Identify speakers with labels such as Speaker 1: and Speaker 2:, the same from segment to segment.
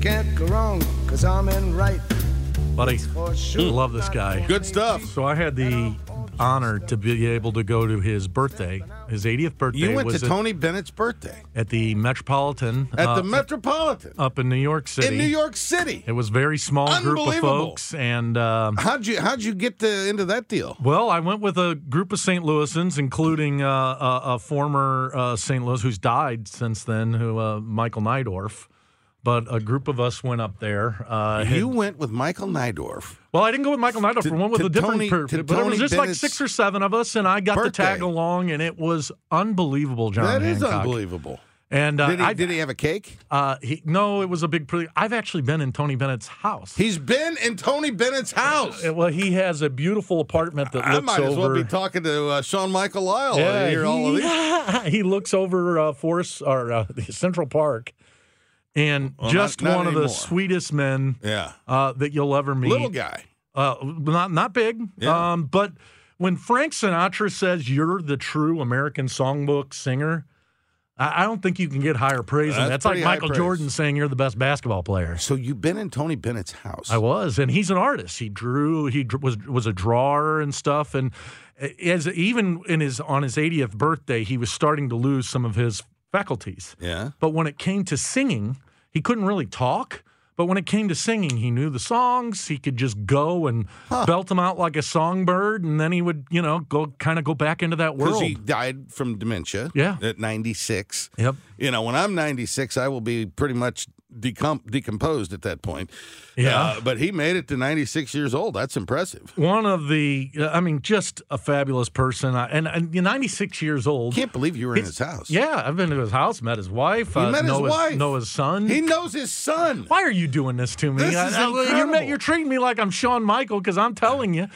Speaker 1: Can't go wrong, cause I'm in right.
Speaker 2: Buddy, love this guy.
Speaker 3: Hmm. Good stuff.
Speaker 2: So I had the honor to be able to go to his birthday, his 80th birthday.
Speaker 3: You went to
Speaker 2: was at-
Speaker 3: Tony Bennett's birthday
Speaker 2: at the Metropolitan
Speaker 3: at
Speaker 2: uh,
Speaker 3: the Metropolitan
Speaker 2: up in New York City.
Speaker 3: in New York City.
Speaker 2: It was a very small group of
Speaker 3: Unbelievable.
Speaker 2: folks, and um,
Speaker 3: How'd you how'd you get to, into that deal?
Speaker 2: Well, I went with a group of St. Louisans, including uh, a, a former uh, St. Louis who's died since then, who uh, Michael Nydorf. But a group of us went up there. Uh, had-
Speaker 3: You went with Michael Nydorf.
Speaker 2: well, I didn't go with Michael Nydorf.
Speaker 3: To-
Speaker 2: I went with
Speaker 3: to
Speaker 2: a different
Speaker 3: Tony-
Speaker 2: per-
Speaker 3: to
Speaker 2: but it
Speaker 3: Tony
Speaker 2: was just like
Speaker 3: Bennett's
Speaker 2: six or seven of us, and I got
Speaker 3: birthday.
Speaker 2: to tag along, and it was unbelievable, John.
Speaker 3: That is
Speaker 2: Hancock.
Speaker 3: unbelievable.
Speaker 2: And uh,
Speaker 3: Did he,
Speaker 2: I've-
Speaker 3: did he have a cake?
Speaker 2: uh, he, no, it was a big. Pre- I've actually been in Tony Bennett's house.
Speaker 3: He's been in Tony Bennett's house.
Speaker 2: well, he has a beautiful apartment that
Speaker 3: I
Speaker 2: looks
Speaker 3: might as well
Speaker 2: over.
Speaker 3: be talking to uh, Sean Michael Lyle yeah, here. All of
Speaker 2: he,
Speaker 3: these.
Speaker 2: he looks over uh, Forest or uh, Central Park, and
Speaker 3: Well,
Speaker 2: just
Speaker 3: not- not
Speaker 2: one of
Speaker 3: anymore.
Speaker 2: the sweetest men
Speaker 3: Yeah,
Speaker 2: uh, that you'll ever meet.
Speaker 3: little guy.
Speaker 2: uh, not not big,
Speaker 3: Yeah.
Speaker 2: um, but when Frank Sinatra says you're the true American songbook singer. I I don't think you can get higher praise than that. That's
Speaker 3: That's
Speaker 2: like
Speaker 3: pretty high
Speaker 2: Michael
Speaker 3: praise.
Speaker 2: Jordan saying you're the best basketball player.
Speaker 3: So you've been in Tony Bennett's house.
Speaker 2: I was, and he's an artist. He drew. He dr- was was a drawer and stuff. And as even in his on his 80th birthday, he was starting to lose some of his faculties.
Speaker 3: yeah.
Speaker 2: But when it came to singing, he couldn't really talk. But when it came to singing, he knew the songs. He could just go and belt them out like a songbird, and then he would, you know, go kind of go back into that
Speaker 3: Because
Speaker 2: world.
Speaker 3: he died from dementia.
Speaker 2: Yeah.
Speaker 3: At 96.
Speaker 2: Yep.
Speaker 3: You know, when I'm 96, I will be pretty much decom- decomposed at that point.
Speaker 2: Yeah.
Speaker 3: Uh, but he made it to 96 years old. That's impressive.
Speaker 2: One of the, uh, I mean, just a fabulous person, I- and, and 96 years old.
Speaker 3: Can't believe you were in his house.
Speaker 2: Yeah, I've been to his house, met his wife.
Speaker 3: met his
Speaker 2: know
Speaker 3: wife.
Speaker 2: know his son.
Speaker 3: He knows his son.
Speaker 2: Why are you doing this to me?
Speaker 3: This is
Speaker 2: you're, ma-
Speaker 3: incredible.
Speaker 2: you're treating me like I'm Shawn Michael because I'm telling you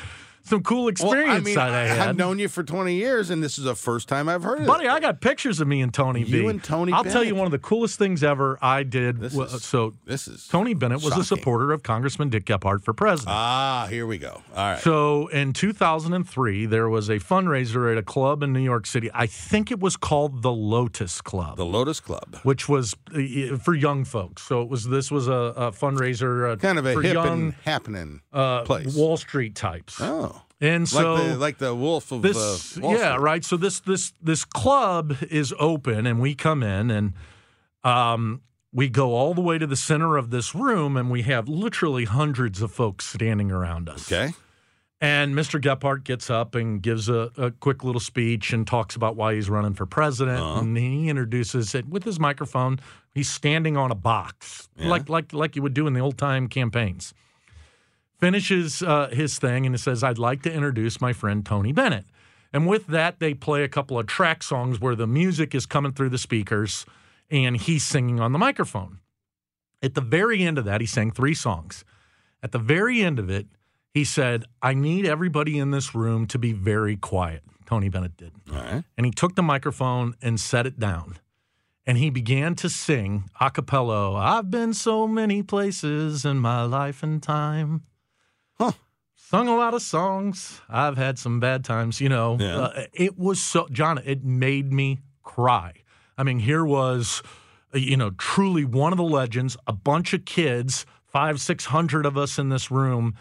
Speaker 2: some cool
Speaker 3: Well,
Speaker 2: experience
Speaker 3: I mean,
Speaker 2: that I,
Speaker 3: I-
Speaker 2: had.
Speaker 3: I've known you for 20 years, and this is the first time I've heard of
Speaker 2: Buddy,
Speaker 3: it.
Speaker 2: I got pictures of me and Tony B.
Speaker 3: You and Tony
Speaker 2: I'll tell you
Speaker 3: Bennett.
Speaker 2: one of the coolest things ever I did.
Speaker 3: This
Speaker 2: was-
Speaker 3: is-
Speaker 2: so
Speaker 3: This is
Speaker 2: Tony Bennett was
Speaker 3: shocking.
Speaker 2: a supporter of Congressman Dick Gephardt for president.
Speaker 3: Ah, here we go. All right.
Speaker 2: So in 2003, there was a fundraiser at a club in New York City. I think it was called the Lotus Club.
Speaker 3: the Lotus Club.
Speaker 2: which was uh, for young folks. So it was this was a, a fundraiser, uh,
Speaker 3: Kind of a
Speaker 2: for
Speaker 3: hip and
Speaker 2: young
Speaker 3: happening
Speaker 2: uh,
Speaker 3: place.
Speaker 2: Wall Street types.
Speaker 3: oh.
Speaker 2: And so
Speaker 3: like the like the wolf of
Speaker 2: this,
Speaker 3: uh, Wall
Speaker 2: yeah,
Speaker 3: Street.
Speaker 2: right. So this this this club is open, and we come in and um, we go all the way to the center of this room, and we have literally hundreds of folks standing around us.
Speaker 3: Okay.
Speaker 2: And Mr. Gephardt gets up and gives a, a quick little speech and talks about why he's running for president. And he introduces it with his microphone. He's standing on a box, like like like you would do in the old time campaigns. Finishes uh, his thing and he says, "I'd like to introduce my friend Tony Bennett." And with that, they play a couple of track songs where the music is coming through the speakers, and he's singing on the microphone. At the very end of that, he sang three songs. At the very end of it, he said, I need everybody in this room to be very quiet. Tony Bennett did.
Speaker 3: All right.
Speaker 2: And he took the microphone and set it down. And he began to sing a cappella, I've been so many places in my life and time.
Speaker 3: Huh.
Speaker 2: Sung a lot of songs. I've had some bad times, you know.
Speaker 3: Yeah.
Speaker 2: Uh, it was so, John, it made me cry. I mean, here was, uh, you know, truly one of the legends, a bunch of kids, five, 600 of us in this room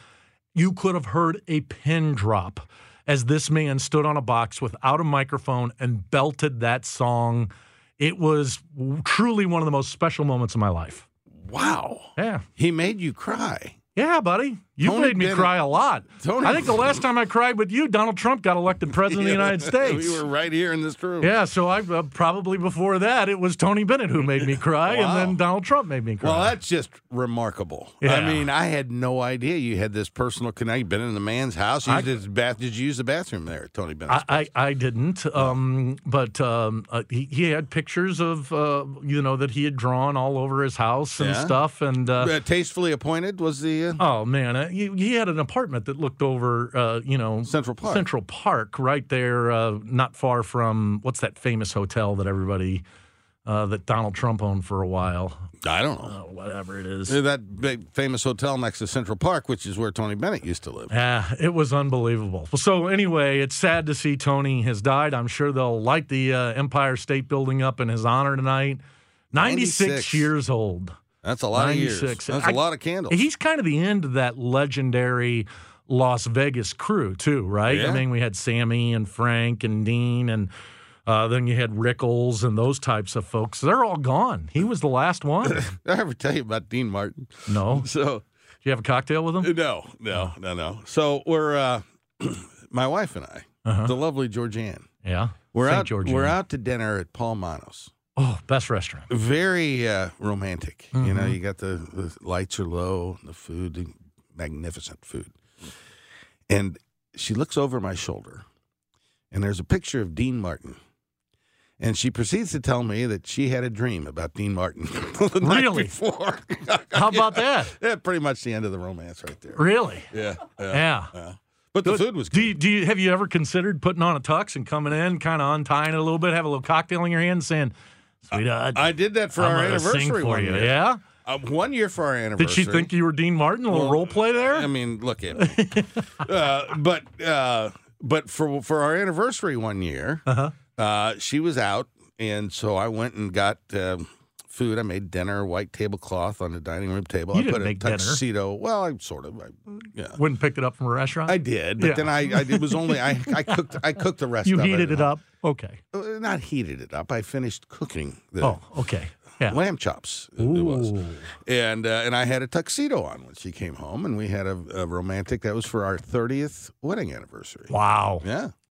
Speaker 2: you could have heard a pin drop as this man stood on a box without a microphone and belted that song. It was truly one of the most special moments of my life.
Speaker 3: Wow.
Speaker 2: Yeah.
Speaker 3: He made you cry.
Speaker 2: Yeah, buddy. You
Speaker 3: Tony
Speaker 2: made me
Speaker 3: Bennett-
Speaker 2: cry a lot.
Speaker 3: Tony-
Speaker 2: I think the last time I cried with you, Donald Trump got elected president of the United States.
Speaker 3: we were right here in this room.
Speaker 2: yeah, so I uh, probably before that it was Tony Bennett who made me cry,
Speaker 3: Wow.
Speaker 2: and then Donald Trump made me cry.
Speaker 3: Well, that's just remarkable. I
Speaker 2: Yeah.
Speaker 3: mean, I had no idea you had this personal connection. You've been in the man's house. Used
Speaker 2: I-
Speaker 3: his bath. Did you use the bathroom there, Tony Bennett?
Speaker 2: I, I, I didn't, um, but um, uh, he, he had pictures of uh, you know that he had drawn all over his house and
Speaker 3: Yeah.
Speaker 2: stuff, and uh,
Speaker 3: uh, tastefully appointed was the. Uh,
Speaker 2: oh man, uh, he, he had an apartment that looked over uh, you know
Speaker 3: Central Park.
Speaker 2: Central Park, right there, uh, not far from what's that famous hotel that everybody uh, that Donald Trump owned for a while,
Speaker 3: I don't know.
Speaker 2: uh, whatever it is.
Speaker 3: That big famous hotel next to Central Park, which is where Tony Bennett used to live.
Speaker 2: Yeah, Ah, it was unbelievable. So anyway, it's sad to see Tony has died. I'm sure they'll light the uh, Empire State Building up in his honor tonight. 96,
Speaker 3: 96.
Speaker 2: years old.
Speaker 3: That's a lot of years.
Speaker 2: 96.
Speaker 3: That's a
Speaker 2: I-
Speaker 3: lot of candles.
Speaker 2: He's kind of the end of that legendary Las Vegas crew, too, right?
Speaker 3: Yeah.
Speaker 2: I mean, we had Sammy and Frank and Dean, and uh, then you had Rickles and those types of folks. They're all gone. He was the last one.
Speaker 3: Did I ever tell you about Dean Martin?
Speaker 2: no, did
Speaker 3: So uh,
Speaker 2: you have a cocktail with him?
Speaker 3: no, no, no, no. So we're uh, my wife and I,
Speaker 2: Uh-huh.
Speaker 3: the lovely Georgianne.
Speaker 2: Yeah,
Speaker 3: We're
Speaker 2: St.
Speaker 3: out.
Speaker 2: George.
Speaker 3: We're
Speaker 2: Inn.
Speaker 3: out to dinner at Paul Manos.
Speaker 2: Oh, best restaurant.
Speaker 3: Very uh, romantic. You
Speaker 2: Mm-hmm.
Speaker 3: know, you got the, the lights are low, the food, magnificent food. And she looks over my shoulder, and there's a picture of Dean Martin. And she proceeds to tell me that she had a dream about Dean Martin the night
Speaker 2: Really?
Speaker 3: before.
Speaker 2: How about that?
Speaker 3: yeah, pretty much the end of the romance right there.
Speaker 2: Really?
Speaker 3: Yeah, yeah.
Speaker 2: Yeah.
Speaker 3: yeah. But the food was
Speaker 2: Do
Speaker 3: good.
Speaker 2: you, do you have you ever considered putting on a tux and coming in, kind of untying it a little bit, have a little cocktail in your hand, saying, "Sweetheart,
Speaker 3: I did that for
Speaker 2: I'm
Speaker 3: our
Speaker 2: gonna sing
Speaker 3: anniversary
Speaker 2: for
Speaker 3: one
Speaker 2: you."
Speaker 3: year.
Speaker 2: Yeah.
Speaker 3: Uh, one year for our anniversary.
Speaker 2: Did she think you were Dean Martin? A little
Speaker 3: Well,
Speaker 2: role play there?
Speaker 3: I mean, look at me. uh, but uh, but for for our anniversary one year,
Speaker 2: Uh-huh.
Speaker 3: uh she was out, and so I went and got um, food. I made dinner, white tablecloth on the dining room table.
Speaker 2: You
Speaker 3: I
Speaker 2: didn't
Speaker 3: put
Speaker 2: make
Speaker 3: a
Speaker 2: dinner.
Speaker 3: tuxedo. Well, I sort of. I, yeah.
Speaker 2: Wouldn't pick it up from a restaurant.
Speaker 3: I did, but
Speaker 2: Yeah.
Speaker 3: then I, I it was only I, I cooked I cooked the rest.
Speaker 2: you
Speaker 3: of
Speaker 2: heated
Speaker 3: at
Speaker 2: it
Speaker 3: home.
Speaker 2: up. Okay.
Speaker 3: Uh, Not heated it up. I finished cooking the
Speaker 2: Oh, okay. Yeah.
Speaker 3: lamb chops. It was and uh, and I had a tuxedo on when she came home, and we had a, a romantic that was for our thirtieth wedding anniversary.
Speaker 2: Wow.
Speaker 3: Yeah,